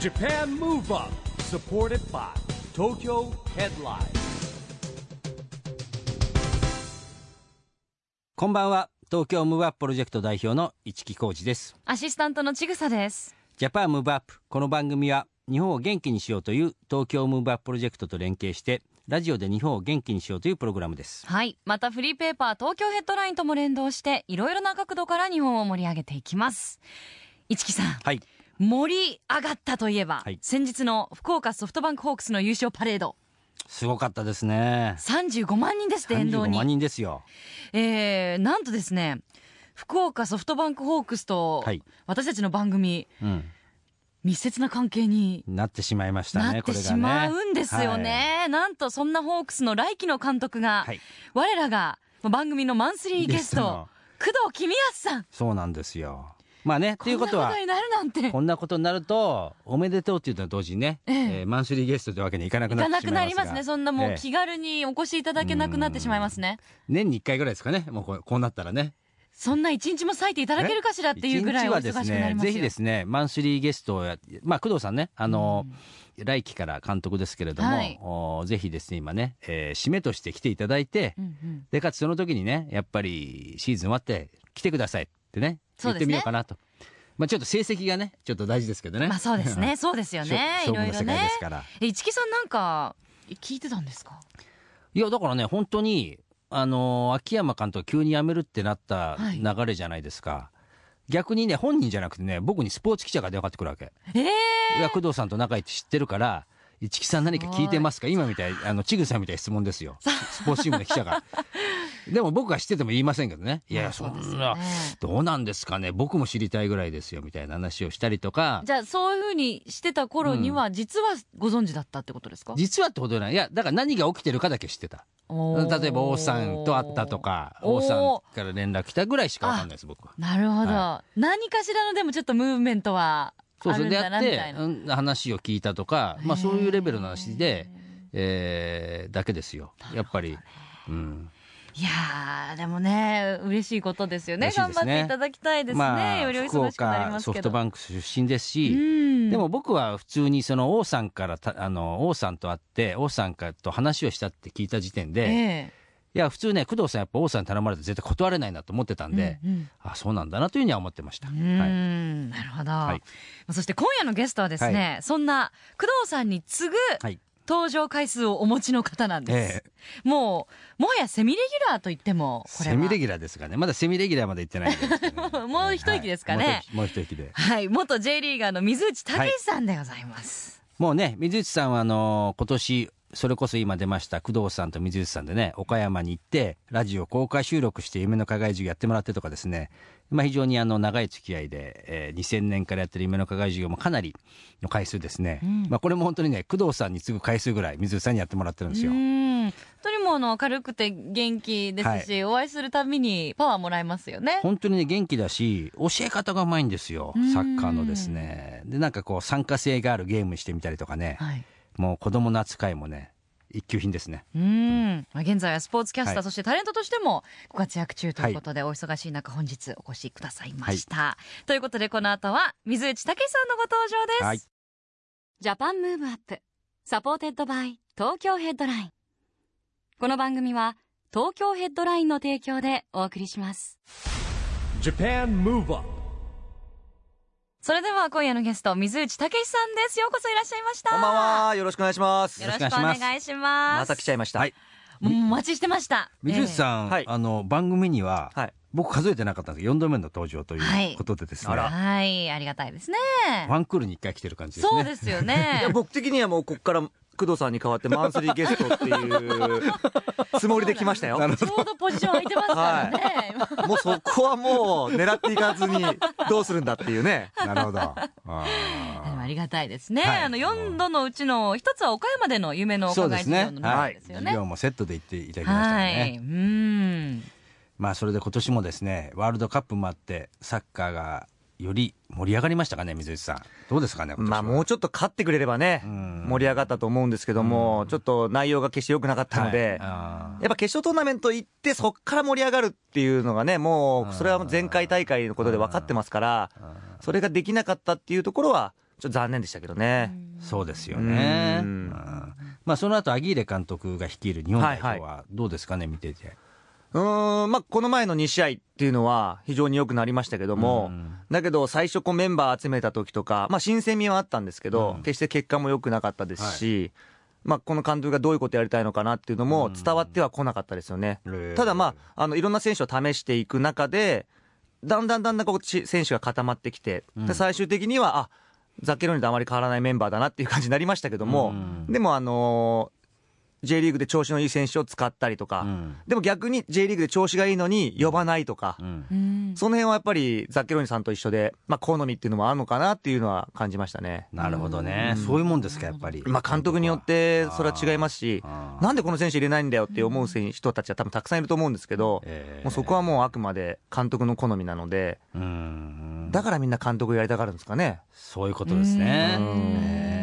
Japan Move Up supported by Tokyo Headline こんばんは東京ムーブアッププロジェクト代表の市木浩二ですアシスタントのちぐさです。ジャパンムーブアップこの番組は日本を元気にしようという東京ムーブアッププロジェクトと連携してラジオで日本を元気にしようというプログラムですはい。またフリーペーパー東京ヘッドラインとも連動して、いろいろな角度から日本を盛り上げていきます。市木さん、はい盛り上がったといえば、はい先日の福岡ソフトバンクホークスの優勝パレード、すごかったですね35万人ですって、沿道35に。万人ですよえー、なんとですね、福岡ソフトバンクホークスと、はい私たちの番組、うん密接な関係になってしまいましたなねってこれがねしまうんですよね。なんとそんなホークスの来季の監督が、はい、はい我らがまあ番組のマンスリーゲスゲストトの工藤公康さんそうなんですよまあねということこんなはことになるなんてこんなことになるとおめでとうっていうのは同時にね、えええーマンスリーゲストというわけにはいかなくいなかってなしまいくますがなりますねそんなもえうえ気軽にお越しいただけなくなってしまいますね年に1回ぐらいですかねもうこうこうなったらねそんな一日も割いていただけるかしらっていうぐらいお忙しくな一日はですねりますよぜひですねマンスリーゲストをやまあ工藤さんねあの、来期から監督ですけれども、はいおぜひですね今ね、えー締めとして来ていただいて、うんうんでかつその時にねやっぱりシーズン終わって来てくださいってねそ言うっでてすねみようかなと、まあちょっと成績がねちょっと大事ですけどねまあそう ですねそうですよ勝ねい勝ろ負のいろ世界でねすから、え市木さんなんか聞いてたんですかいやだからね本当にあのー秋山監督急に辞めるってなったはい流れじゃないですか、逆にね本人じゃなくてね僕にスポーツ記者が電話かかってくるわけええいや工藤さんと仲いいって知ってるから市木さん何か聞いてますか今みたいあのちぐさみたいな質問ですよスポーツチームの記者が でも僕が知ってても言いませんけどねいやいやそんですなよねどうなんですかね僕も知りたいぐらいですよみたいな話をしたりとかじゃあそういうふうにしてた頃には実はご存知だったってことですか実はってことないいやだから何が起きてるかだけ知ってた例えば王さんと会ったとかおー王さんから連絡来たぐらいしかわかんないです僕は。なるほど、は何かしらのでもちょっとムーブメントはそうあそるれんでやだなっみてたいな。うん話を聞いたとか、まあ、へーそういうレベルの話で、えーだけですよやっぱり、うん、いやーでもね嬉しいことですよね嬉しい頑です張っねていただきたいですね、まあよりお福忙しくなり岡ますソけフどトバンク出身ですし、うんでも僕は普通にその王さんからたあの王さんと会って王さんかと話をしたって聞いた時点で、えいや普通ね工藤さんやっぱ王さんに頼まれたら絶対断れないなと思ってたんえで、うんうんあそうなんだなというふうには思ってました。うはいーんなるほど、はいそして今夜のゲストはですね、そんな工藤さんに次ぐはい登場回数をお持ちの方なんです、もうもはやセミレギュラーと言ってもこれセはミレギュラーですかねまだセミレギュラーまで行ってないんですけどね もう一息ですかねはいもう一息もう一息ではい元 J リーガーの水内武さんでございます、もうね水内さんはあの今年それこそ今出ました工藤さんと水内さんでね岡山に行ってラジオ公開収録して夢の課外授業やってもらってとかですね、まあ、非常にあの長い付き合いで、えー2000年からやってる夢の課外授業もかなりの回数ですね、うんまあ、これも本当にね工藤さんに次ぐ回数ぐらい水内さんにやってもらってるんですよ、うん。とにもあの明るくて元気ですし、お会いするたびにパワーもらえますよね。本当にね元気だし教え方がうまいんですようんサッカーのですねでなんかこう参加性があるゲームしてみたりとかねはい。もう子供の扱いもね一級品ですねうん。まあ現在はスポーツキャスター、はいそしてタレントとしてもご活躍中ということで、お忙しい中本日お越しくださいました。ということでこの後は水内武さんのご登場です。はいジャパンムーブアップサポーテッドバイ東京ヘッドライン。この番組は東京ヘッドラインの提供でお送りします。 Japan Move Up それでは今夜のゲスト水内武さんですようこそいらっしゃいましたこんばんは。よろしくお願いします。よろしくお願いしますまた来ちゃいました。はいもうお待ちしてました水内ん、さん、はいあの番組には、はい僕数えてなかったんですけど4度目の登場とはいいうことでですね、あらはいありがたいですねワンクールに1回来てる感じですねそうですよい やね僕的にはもうこっから工藤さんに代わってマンスリーゲストっていうつもりで来ましたよ。ちょうどポジション空いてますからね、もうそこはもう狙っていかずにどうするんだっていうね。なるほどあで もあーりがたいですね、はいあの4度のうちの一つは岡山での夢のそ伺うでいす事ね業のは中いですよ授ね業もセットで行っていただきましたよはね、い、うんまあそれで今年もですねワールドカップもあってサッカーがより盛り上がりましたかね水内さんどうですかね今年まはあもうちょっと勝ってくれればね、うん盛り上がったと思うんですけども、ちょっと内容が決して良くなかったので、はいあーやっぱ決勝トーナメント行ってそっから盛り上がるっていうのがね、もうそれは前回大会のことで分かってますから、それができなかったっていうところは、ちょっと残念でしたけどね。そうですよね。うんうんまあ、その後、アギーレ監督が率いる日本代表はどうですかね、見てて。うーん、まあ、この前の2試合っていうのは非常に良くなりましたけども、うんだけど最初こうメンバー集めた時とか、まあ、新鮮味はあったんですけど、うん決して結果も良くなかったですし、まあ、この監督がどういうことやりたいのかなっていうのも伝わってはこなかったですよね。ただまあ、あの、いろんな選手を試していく中で、だんだんだんだんこうち選手が固まってきて、うんで最終的には、あザッケローニとあまり変わらないメンバーだなっていう感じになりましたけども、うんでもあのー J リーグで調子のいい選手を使ったりとか、うんでも逆に J リーグで調子がいいのに呼ばないとか、うんうんその辺はやっぱりザッケローニさんと一緒で、まあ、好みっていうのもあるのかなっていうのは感じましたね。なるほどね、そういうもんですか、やっぱり。まあ、監督によってそれは違いますし、あーなんでこの選手入れないんだよって思う選手人たちは多分たくさんいると思うんですけど、ええもうそこはもうあくまで監督の好みなので、うんだからみんな監督やりたがるんですかね。そういうことですねうん。ええ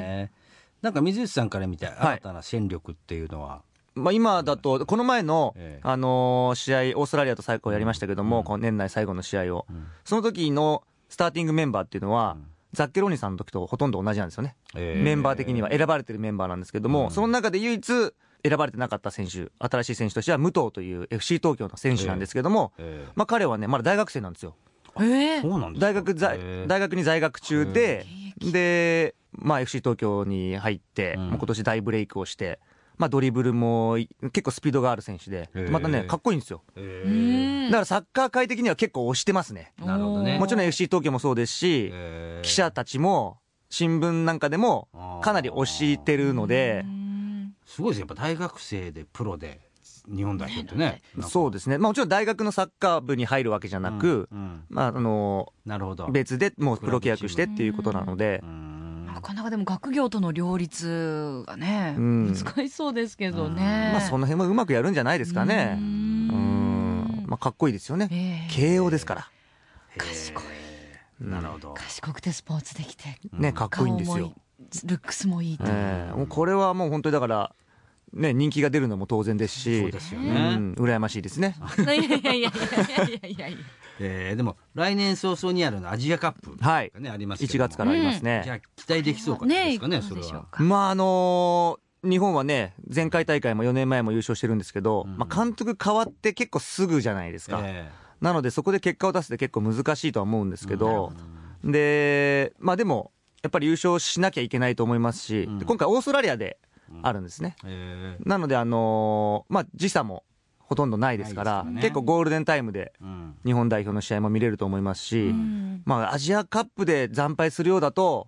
なんか水内さんから見て、はい新たな戦力っていうのは、まあ、今だと、この前の、ええあのー試合、オーストラリアと最後やりましたけども、この年内最後の試合を、んその時のスターティングメンバーっていうのは、ザッケローニさんの時とほとんど同じなんですよね、ええメンバー的には選ばれてるメンバーなんですけども、その中で唯一選ばれてなかった選手、新しい選手としては、武藤という FC 東京の選手なんですけども、ええまあ、彼はね、まだ大学生なんですよ。ええそうなんですか大学在ええ大学に在学中で、で、まあ、FC 東京に入って、うんもう今年大ブレイクをして、まあ、ドリブルもい結構スピードがある選手でへえ、またね、かっこいいんですよ。えうえんだからサッカー界的には結構推してますね。なるほどねおーもちろん FC 東京もそうですし、ええ記者たちも、新聞なんかでもあー、かなり推してるのでう、んすごいですね、やっぱ大学生でプロで、日本代表ってね。そうですね。まあ、もちろん大学のサッカー部に入るわけじゃなく、うんうんまあ、あの、なるほど。別でもうプロ契約してっていうことなのでう、んなかなかでも学業との両立がね、うん難しそうですけどね。うんまあ、その辺もうまくやるんじゃないですかね。ううんん。まあ、かっこいいですよね。ええ慶応ですから。賢いなるほど。賢くてスポーツできてね、かっこいいんです顔よも。ルックスもいいと、ええもうこれはもう本当にだから、ね、人気が出るのも当然ですし、そうですようね。ん、羨ましいですね。いやいやいやいやいやいやえーでも、来年早々にあるのアジアカップがはい。ね、ありますけど1も月からありますじね。ゃあ、期待できそうかですかね、それどうでしょうは。かまあ、あのー日本はね、前回大会も4年前も優勝してるんですけど、うんまあ、監督変わって結構すぐじゃないですか。えなので、そこで結果を出すって結構難しいとは思うんですけなるど、で、まあでも、やっぱり優勝しなきゃいけないと思いますし、うんで今回オーストラリアであるんですね。ええなので、あのーまあ、時差もほとんどないですから、ないですからね結構ゴールデンタイムでえうん日本代表の試合も見れると思いますし、うんまあ、アジアカップで惨敗するようだと、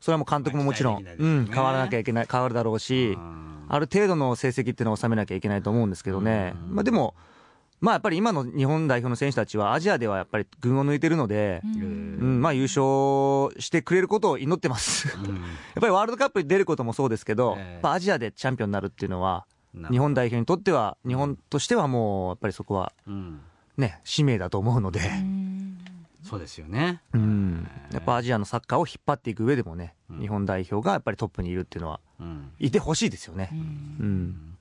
それはもう監督ももちろまあん、期待できうないですよねん、変わらなきゃいけない、変わるだろうし、うんある程度の成績っていうのを収めなきゃいけないと思うんですけどね、まあ、でも、まあ、やっぱり今の日本代表の選手たちは、アジアではやっぱり群を抜いてるので、うんうんまあ、優勝してくれることを祈ってます。 やっぱりワールドカップに出ることもそうですけど、ええやっぱアジアでチャンピオンになるっていうのは、な日本代表にとっては、日本としてはもう、やっぱりそこはうんね、使命だと思うので、そうですよね。うん、やっぱアジアのサッカーを引っ張っていく上でもね、うん日本代表がやっぱりトップにいるっていうのは、うんいてほしいですよね。うんうん。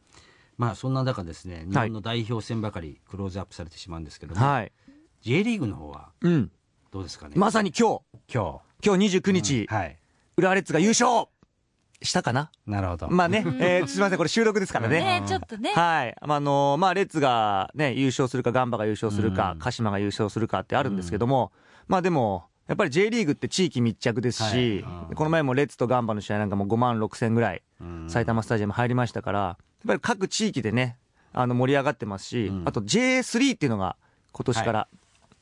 まあそんな中ですね、日本の代表戦ばかりクローズアップされてしまうんですけども、はい。 J リーグの方はうん。どうですかね。まさに今日、今今日29日、日、はい。浦和レッズが優勝したかななるほど。まあね、えーすいません、これ収録ですからね。ねちょっとね、はい。まあ、あのーまあ、レッズがね、優勝するか、ガンバが優勝するかうん、鹿島が優勝するかってあるんですけども、まあでも、やっぱり J リーグって地域密着ですしはいうん、この前もレッズとガンバの試合なんかも5万6千ぐらいうん埼玉スタジアム入りましたから、やっぱり各地域でね、あの盛り上がってますし、うんあと J3 っていうのが今年から、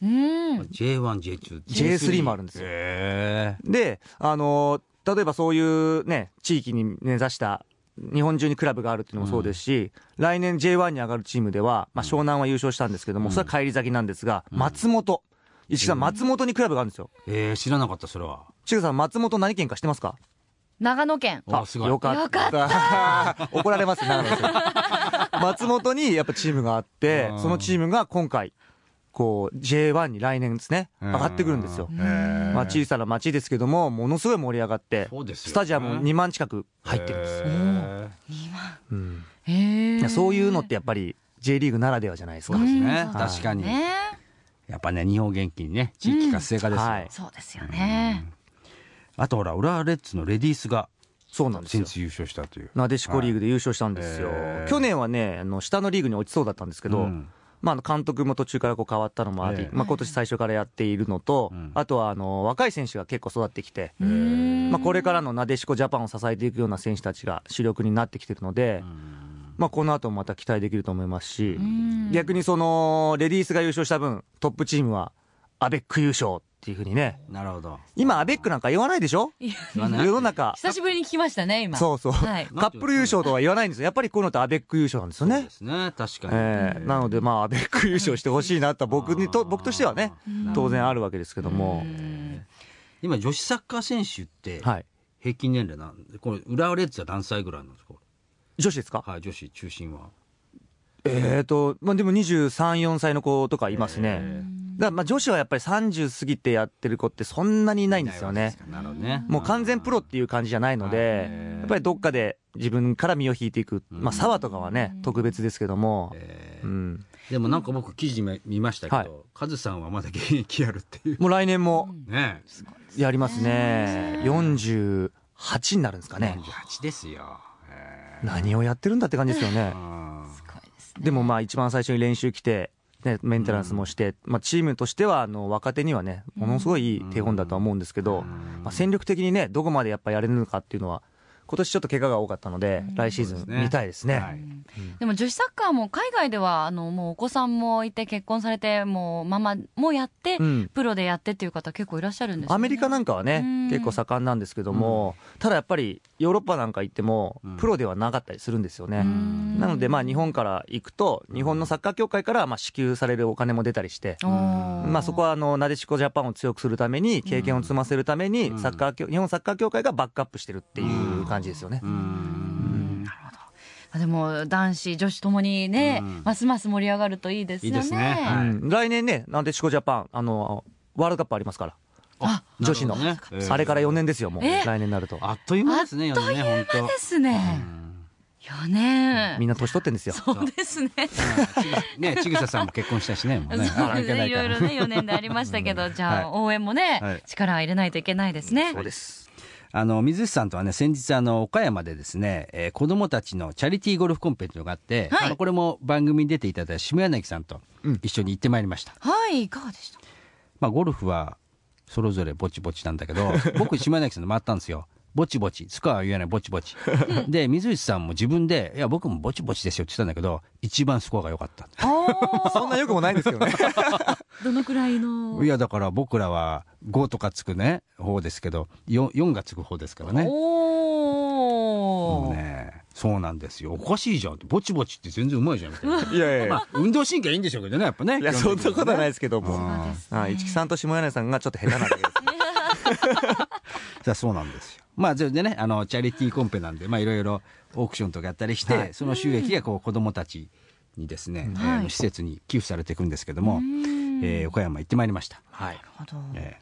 うん、 J1、J2、 J3 もあるんですよへえで、あのー例えばそういうね、地域に根ざした、日本中にクラブがあるっていうのもそうですし、来年 J1 に上がるチームでは、まあ、湘南は優勝したんですけども、それは返り咲きなんですが、松本。石木さん、松本にクラブがあるんですよ。えー知らなかった、それは。石木さん、松本何県か知ってますか長野県あ、すごい。よかった。怒られますね、長野さ ん松本にやっぱチームがあってう、んそのチームが今回、こう、J1 に来年ですね、上がってくるんですよへ。ーまあ小さな町ですけども、ものすごい盛り上がって、そうですよねスタジアム2万近く入ってるんです。へーうんへいえやそういうのってやっぱり J リーグならではじゃないですそかう。ですうねん。確かに。ねやっぱね、日本元気にね、地域活性化ですよ。はいそうですよね、あとほら浦和レッズのレディースがそうなんです先よ。日優勝したというなでしこリーグで優勝したんですよ。はいへー去年はね、あの下のリーグに落ちそうだったんですけど、うんまあ、あの監督も途中からこう変わったのもあり、ええまあ、今年最初からやっているのと、うんあとはあの若い選手が結構育ってきて、ままあ、これからのなでしこジャパンを支えていくような選手たちが主力になってきてるので、まあ、この後もまた期待できると思いますし、逆にそのレディースが優勝した分、トップチームはアベック優勝っていうふうにね、なるほど今、アベックなんか言わないでしょ、いや言わ世ないの中、久しぶりに聞きましたね、今。そうそう、はいカップル優勝とは言わないんですよ、やっぱりこういうのってアベック優勝なんですよそうねで。すね確かに、ええなので、まあ、アベック優勝してほしいなとは僕にと、僕としてはね、当然あるわけですけども、今女子サッカー選手ってはい、平均年齢なんでこれ浦和レッズは何歳ぐらいなんですか女子ですか、はい女子中心はえっ、と、まあ、でも23、4歳の子とかいますね。だからまあ女子はやっぱり30過ぎてやってる子ってそんなにいないんですよね。なるほどねもう完全プロっていう感じじゃないので、やっぱりどっかで自分から身を引いていく、まあ、沢とかはね、特別ですけども、うん、でもなんか僕記事見ましたけどカズさんはまだ現役やるって いうもう来年もねやりますね、48になるんですかね、 48ですよえ何をやってるんだって感じですよねえ。うんすごいですねでもまあ一番最初に練習来て、ね、メンテナンスもして、まあ、チームとしてはあの若手にはねものすごいいい手本だとは思うんですけど、まあ、戦力的にねどこまでやっぱやれるのかっていうのは今年ちょっと怪我が多かったので、来シーズそうンですね見たいですね。はいでも女子サッカーも海外では、あの、もうお子さんもいて、結婚されて、もうママもやって、うんプロでやってっていう方結構いらっしゃるんですよねアメリカなんかはね、うん結構盛んなんですけども、ただやっぱりヨーロッパなんか行っても、プロではなかったりするんですよね。なので、まあ、日本から行くと、日本のサッカー協会からまあ支給されるお金も出たりして、まあ、そこはあのなでしこジャパンを強くするために、経験を積ませるために、サッカー協日本サッカー協会がバックアップしてるっていう感じですよね。あでも男子女子ともにね、うんますます盛り上がるといいですよねいいですねはいうん来年ね、なでしこジャパン、あのワールドカップありますから、あ女子の、なるほどねあれから4年ですよ、もう、え来年になると、あっという間ですねあっという間4ですね4年、みんな年取ってんですよ。そうですねねちぐささんも結婚したしねもそううねですねいろいろね4年でありましたけど、じゃあ、応援もね、はい力入れないといけないですねそうですあの水内さんとはね先日あの岡山でですね、えー子供たちのチャリティーゴルフコンペっていうのがあって、はいあのこれも番組に出ていただいた下柳さんと一緒に行ってまいりました、はいいかがでしたまあゴルフはそれぞれぼちぼちなんだけ ど僕下柳さんと回ったんですよぼちぼちスコアは言えないぼちぼちで水内さんも自分で「いや僕もぼちぼちですよ」って言ったんだけど一番スコアが良かったおーそんな良くもないんですけどね。どのくらいのいやだから僕らは5とかつくね方ですけど 4, 4がつく方ですからねおもお、うねそうなんですよおかしいじゃんってぼちぼちって全然うまいじゃんみたい な いやいやいまあ運動神経いいんでしょうけどねやっぱねいや、そんなことはないですけども。そうであ市木さんと下柳さんがちょっと下手なだけです。さあそうなんですよまあそれでねあのチャリティーコンペなんでまあいろいろオークションとかやったりして、その収益がこう子どもたちにですね、えーはい施設に寄付されていくんですけども、えー岡山行ってまいりました、はい。なるほどえ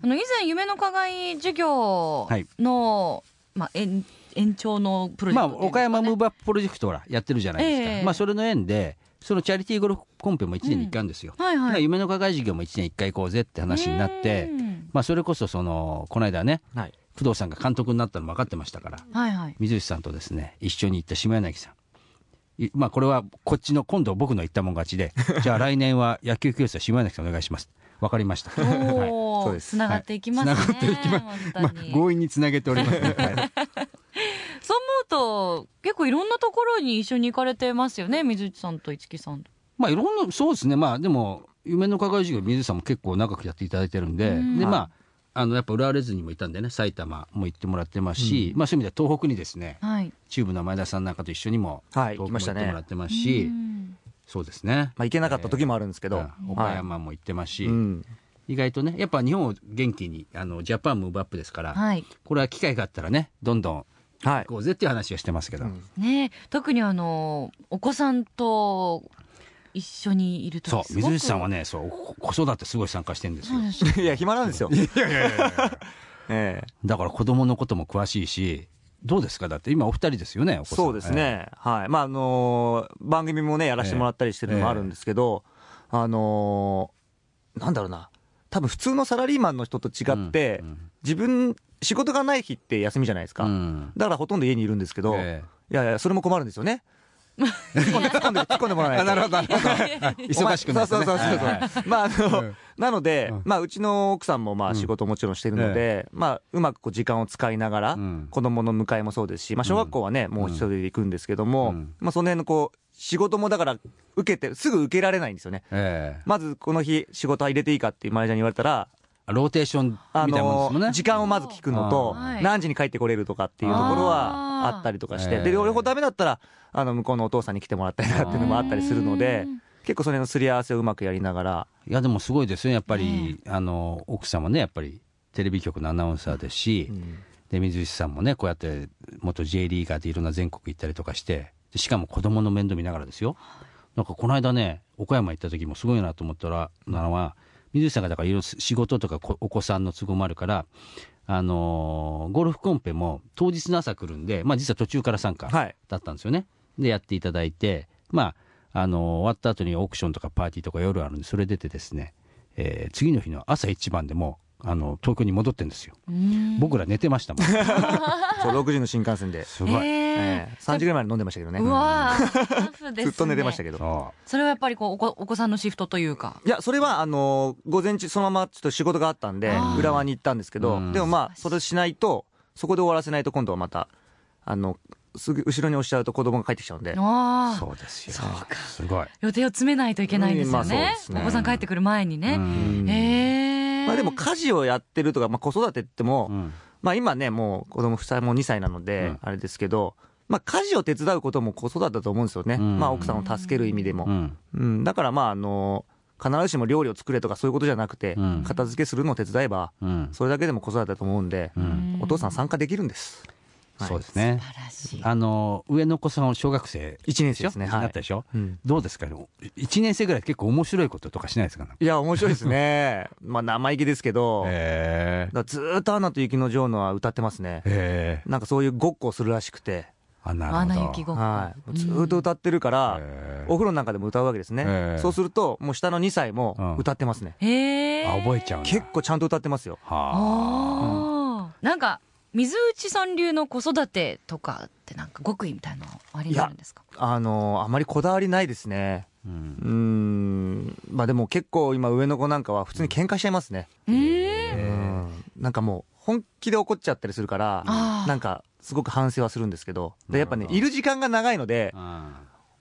あの以前夢の課外授業の、まあ延延長のプーロジェまクあトっていうんです岡かね、山ムーブアッププロジェクトほらやってるじゃないですか、ええまあそれの縁でそのチャリティーゴルフコンペも1年に1回あるんですよ、はいだかはらい夢の課外授業も1年1回行こうぜって話になってうんまあそれこそそのこの間ねはい。工藤さんが監督になったの分かってましたからはいはい水内さんとですね一緒に行った下柳さんいまあこれはこっちの今度僕の言ったもん勝ちでじゃあ来年は野球教室は下柳さんお願いします分かりましたはいおそお、うですつながっていきますね。はい繋がっていきます本当まあに強引につなげておりますね、はいそう思うと、結構いろんなところに一緒に行かれてますよね、水内さんと市木さんと。まあいろんなそうですねまあでも夢の課外授業水内さんも結構長くやっていただいてるんで、でまああのやっぱ浦和レッズにもいたんでね埼玉も行ってもらってますし、まあそういう意味では東北にですねはい。チューブの前田さんなんかと一緒にもは東い北行きましたねも行ってもらってますし、そうですね、まあ、行けなかった時もあるんですけうど。ん岡は山も行ってますし、い。うん。意外とねやっぱ日本を元気にあのジャパンムーブアップですから、はい。これは機会があったらねどんどんは行い。こうぜっていう話をしてますけど、ねえ特にあの、お子さんと一緒にいるとそうすごく水内さんはねそうこ子育てすごい参加してんですよそうですよ いや、暇なんですよ。いやいやいや。 ええ。だから子供のことも詳しいしどうですかだって今お二人ですよねお子さんそうですね。はい。まあ、あのー、番組もね、やらせてもらったりしてるのもあるんですけど、あのー、なんだろうな。多分普通のサラリーマンの人と違って、自分仕事がない日って休みじゃないですか。うんだからほとんど家にいるんですけど、ええいやいや、それも困るんですよね。 突っ込んで突っ込んで突っ込んでもらわないあと。なるほどなるほどはい 忙しくなってそうねそうそうそうはいはいまああの、うんなので、うんまあうちの奥さんもまあ仕事もちろんしてるので、まあうまくこう時間を使いながら、うん子供の迎えもそうですし、まあ小学校はね、もう一人で行くんですけども、うんまあその辺のこう仕事もだから受けてすぐ受けられないんですよね。ええまずこの日仕事は入れていいかってマネージャーに言われたら。ローテーションみたあいなもんでのすもんね時間をまず聞くのとあーはい、何時に帰ってこれるとかっていうところはあーあったりとかしえて、ーで、両方ダメだったら、あの、向こうのお父さんに来てもらったりとかっていうのもあったりするのでうん、結構それのすり合わせをうまくやりながら、いやでもすごいですよやっぱり、あの奥様ねやっぱりテレビ局のアナウンサーですし、で水内さんもねこうやって元 J リーガーでいろんな全国行ったりとかしてでしかも子供の面倒見ながらですよなんかこの間ね岡山行った時もすごいなと思ったらなのは水内さんがだからいろいろ仕事とかこお子さんの都合もあるからあのーゴルフコンペも当日の朝来るんで、まあ、実は途中から参加、はいだったんですよね。で、やっていただいて、まあ、あの、終わった後にオークションとかパーティーとか夜あるんで、それ出てですね、えー次の日の朝一番でもう、あの、東京に戻ってんですよ。僕ら寝てましたもん。すそう、6時の新幹線で、ごい。ええー3時ぐらいまで飲んでましたけどね。うわー、タフですね。ずっと寝てましたけど。けど。そそれはやっぱりこうお子お子さんのシフトというか。いや、それは、あのー午前中、そのままちょっと仕事があったんであー、浦和に行ったんですけどうん、でもまあ、それしないと、そこで終わらせないと、今度はまた、あの、すぐ後ろに押しちゃうと子供が帰ってきちゃうんで。あう。あ。そうですよ。すごい。予定を詰めないといけないんですようんまあねそうです。ねお子さん帰ってくる前にうね。んへえ。まあでも家事をやってるとか、まあ子育てっても、うんまあ今ね、もう子供夫妻も2歳なので、うんあれですけど、まあ家事を手伝うことも子育てだと思うんですよね。うんまあ奥さんを助ける意味でも。ううんん。だからまああの、必ずしも料理を作れとかそういうことじゃなくて、うん片付けするのを手伝えば、うん。それだけでも子育てだと思うんで、うんお父さん参加できるんです。はいそうですね。素晴らしい。あの、上の子さんは小学生1年で生ですね。になはっいた。でしょうんどうですか一年生ぐらい結構面白いこととかしないですかいや、面白いですね。 まあ生意気ですけど、へえだからずーっとアナと雪の女王のは歌ってますね。へえなんかそういうごっこをするらしくて、あ、なるほど。アナ雪ごっこ。はい、ずーっと歌ってるから、へーお風呂なんかでも歌うわけですね、へーそうすると、もう下の2歳うんも歌ってますね、へえ。あ、覚えちゃうんだ。結構ちゃんと歌ってますよ、はあ。ああ。なんか水内さん流の子育てとかってなんか極意みたいなのありになるんですか。あのーあまりこだわりないですね、うんうーん、まあでも結構今、上の子なんかは普通に喧嘩しちゃいますね、うーん。うんなんかもう、本気で怒っちゃったりするから、あーなんかすごく反省はするんですけど、でやっぱねなる、ほどいる時間が長いので、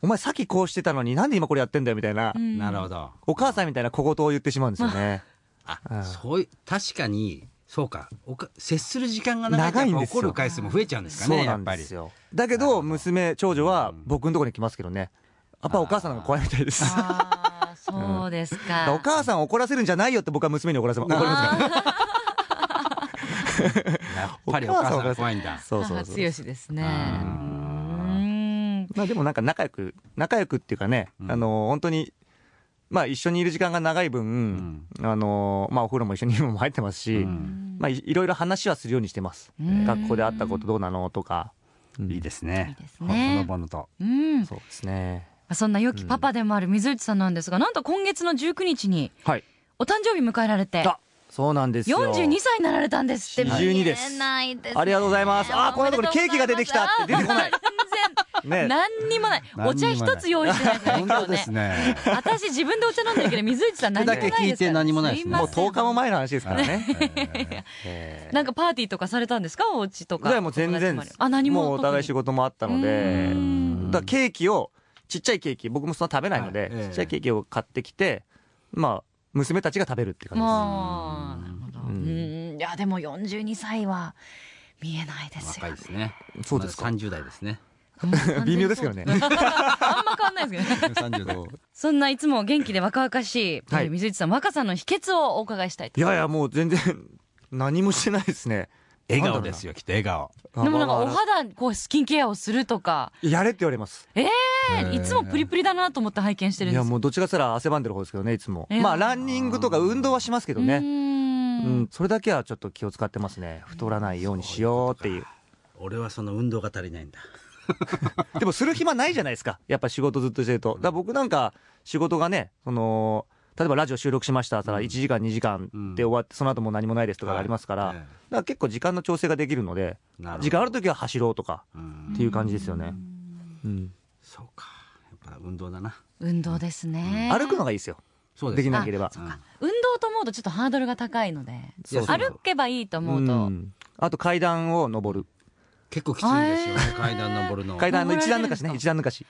お前、さっきこうしてたのに、なんで今これやってんだよみたいな、うんなるほど。お母さんみたいな小言を言ってしまうんですよ ね。うあ、んそういう、確かに、そうか。おか接する時間が長いと長いんやっぱですよ怒る回数も増えちゃうんですかね、やっぱり。よ。だけど、娘、長女は僕のところに来ますけどね。やっぱお母さんの方が怖いみたいです。だかああ、そうです らか。お母さんを怒らせるんじゃないよって僕は娘に怒らせま怒りますからね。やっぱりお母さんが怖いんだ。そうそう母そう。強しですね。ううーん。まあでもなんか仲良く、仲良くっていうかね、あの、本当に、まあ一緒にいる時間が長い分、あの、まあお風呂も一緒に今も入ってますし、んまあいいろいろ話はするようにしてます。うん学校であったことどうなのとか。いいですね。いいですねほのぼのと。うん。そうですね。そんな良きパパでもある水内さんなんですが、なんと今月の19日にはい。お誕生日迎えられて、あ、そうなんですよ。 42歳になられたんですって。 42です見えないですねありがとうございます。あー、こんなところにケーキが出てきたって出てこない。全然、ね何にもない。何にもないお茶一つ用意してないですね、本今当日でねす。 ね。私自分でお茶飲んでるけど、水内さん何にも聞ないですから。くだけ聞いて何もないですねみもまうせん10日も前の話ですか らね。なんかパーティーとかされたんですかお家といか。やもう全然です。あ、何も。もうお互い仕事。事もあったのでう、んだからケーキを、ちっちゃいケーキ、僕もそんな食べないのはでい、ええちっちゃいケーキを買ってきて、まあ、娘たちが食べるって感じです。まあ、なるほど。ううんん。いや、でも42歳は見えないですよ若いねで。すね。そうですかまだ30代ですね。うん微妙ですけどね。あ んま変わんないですけ どね。 30代。そんないつも元気で若々しい、はい水内さん、若さの秘訣をお伺いしたいといやいや、もう全然、何もしてないですね。笑顔ですよ、きっと笑顔。 でもなんかおあ肌、こうスキンケアをするとか、やれって言われます。ええいつもプリプリだなと思って拝見してるんいでや、すもうどっちかって言ったら汗ばんでる方ですけどね、いつも。いやまあ、ランニングとか運動はしますけどうね。うーんん、それだけはちょっと気を使ってますね。太らないようにしようっていう。俺はその運動が足りないんだ。でもする暇ないじゃないですか。やっぱ仕事ずっとしてると。だから僕なんか仕事がね、その、例えばラジオ収録しましたったらうん1時間2時間で終わってその後もう何もないですとかがありますから,、はいだえから結構時間の調整ができるのでえなるほど時間ある時は走ろうとかうんっていう感じですよね、うんそうかやっぱ運動だな運動ですね歩くのがいいですよそうでですきねなければうん運動と思うとちょっとハードルが高いのでいやそう歩けばいいと思うと、んあと階段を上る結構きついですよねへえ階段登るの階段の一段抜かし登られるんですねか一段抜かし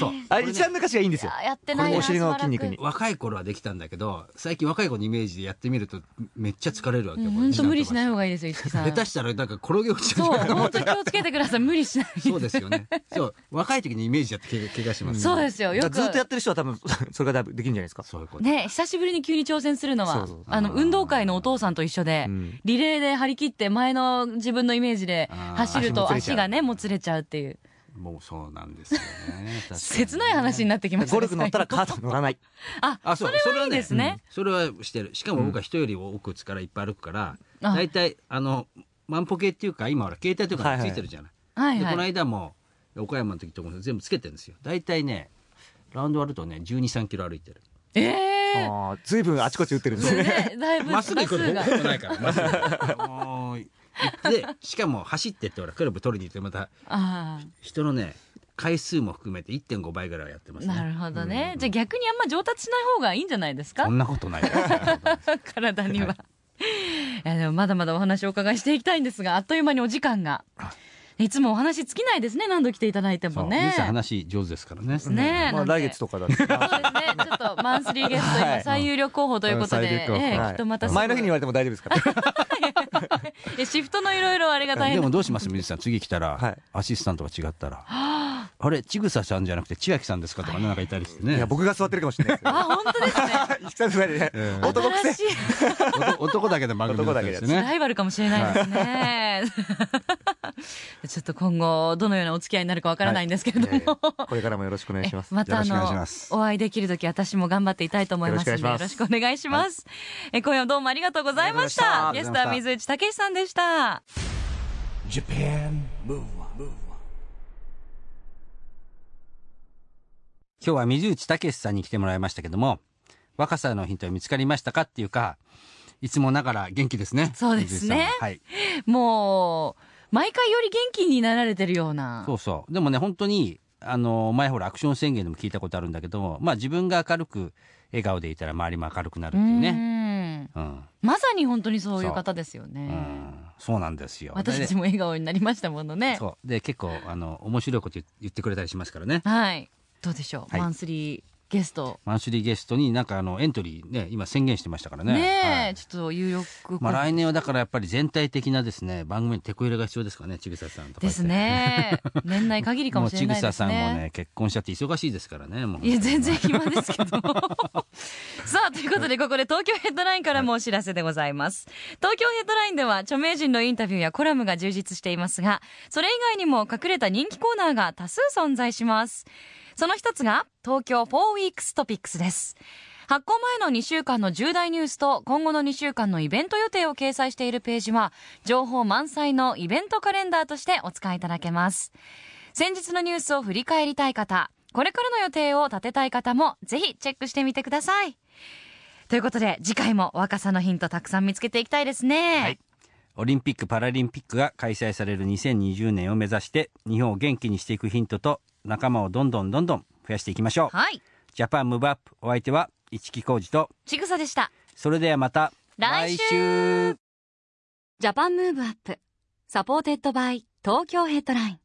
そうあこれれね一段抜かしがいいんですよあやってこないなれお尻の筋し肉ばらにく若い頃はできたんだけど最近若い子のイメージでやってみるとめっちゃ疲れるわけうよんこれ本当無理しない方がいいいですよ一木さん下手したらなんか転げ落ちちゃそうう本当に気をつけてください無理しないそうですよねそう若い時にイメージやって怪我怪我しますそうですよよだくからずっとやってる人は多分 それがだいぶできるんじゃないですかそういうことね久しぶりに急に挑戦するのはそうそうあの運動会のお父さんと一緒で、うんリレーで張り切って前の自分のイメージであー走ると足もつれ足ちゃうがねもつれちゃうっていうもうそうなんです よね確かにね切ない話になってきましたねゴルフ乗ったらカート乗らないああそうそれはいいですねそれはしてるしかも僕は人より多く力いっぱい歩くからあ大体あの万歩計っていうか今ほら携帯とかについてるじゃないはいでこのはい間も岡山の時とかも全部つけてるんですよ大体ねラウンド割るとね1 2 3キロ歩いてるええあーずいぶんあちこち打ってるんですー、ねねだいぶ まっすぐ行くの打僕数もないからまっ すぐおーい 行ってしかも走ってってほらクラブ取りに行ってまたあ人のね回数も含めて1.5倍ぐらいはやってまあすねなるほどね、じゃあ逆にあんま上達しない方がいいんじゃないですかそんなことないよそんなことない 体には、はいいやでもまだまだお話をお伺いしていきたいんですがあっという間にお時間がいつもお話尽きないですね何度来ていただいてそもうね兄さん話上手ですからねねえ まなあんて来月とかだっ てそうですね。ちょっとマンスリーゲスト、は今い最有力候補ということで、うん最有力候補ええはきいっとまたすぐ前の日に言われても大丈夫ですから えシフトのいろいろあれが大で変もどうします水木さん次来たら、はいアシスタントが違ったらあれちぐささんじゃなくて千秋さんですかとかねなんかいたりしてねいや僕が座ってるかもしれないですよあ、本当ですね。 一木さんぐらいでねええ男新癖しい男 男だけで番組になってるんですよねライバルかもしれないですね。 ちょっと今後、どのようなお付き合いになるかわからないんですけれども。これからもよろしくお願いしますえまたよあろしくお願いしのますお会いできるとき私も頑張っていたいと思いますのでよよろろししくくお願いします。え今夜はどうもありがとうございましあた。りゲがとスうごトざいはました水内武さんでした。 Japan Move Up, 今日は水内武さんに来てもらいましたけども若さのヒントは見つかりましたかっていうかいつもながら元気ですねそうで水すね内さんははいもう、毎回より元気になられてるような。そうそうでもね本当にあの前ほらアクション宣言でも聞いたことあるんだけどもまあ自分が明るく笑顔でいたら周りも明るくなるっていうねね。うん、まさに本当にそういうそう方ですようね。ん、そうなんですよ私たちも笑顔になりましたものね。そうで結構あの面白いこと言言ってくれたりしますからねはい。どうでしょう、はいマンスリーゲスト。マンスリーゲストになんかあのエントリーね今宣言してましたからねねえ、はいちょっと有力まあ、来年はだからやっぱり全体的なですね番組に手こ入れが必要ですからねちぐささんとか言でってすね。 年内限りかももうしちれぐないでさすさんね。もね結婚しちゃって忙しいですからねもういや、全然暇ですけど。さあ、ということで、ここで東京ヘッドラインからもお知らせでございます。東京ヘッドラインでは、著名人のインタビューやコラムが充実していますが、それ以外にも隠れた人気コーナーが多数存在します。その一つが、東京4 Weeks トピックスです。発行前の2週間の重大ニュースと今後の2週間のイベント予定を掲載しているページは、情報満載のイベントカレンダーとしてお使いいただけます。先日のニュースを振り返りたい方、これからの予定を立てたい方も、ぜひチェックしてみてください。ということで、次回も若さのヒントたくさん見つけていきたいですね。はいオリンピック・パラリンピックが開催される2020年を目指して日本を元気にしていくヒントと仲間をどんどんどんどん増やしていきましょう、はい。ジャパンムーブアップお相手は市木浩二とちぐさでした。それではまた来週週ジャパンムーブアップサポーテッドバイ東京ヘッドライン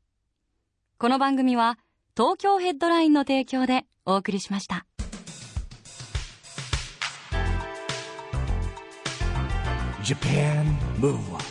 この番組は東京ヘッドラインの提供でお送りしました Japan Move Up.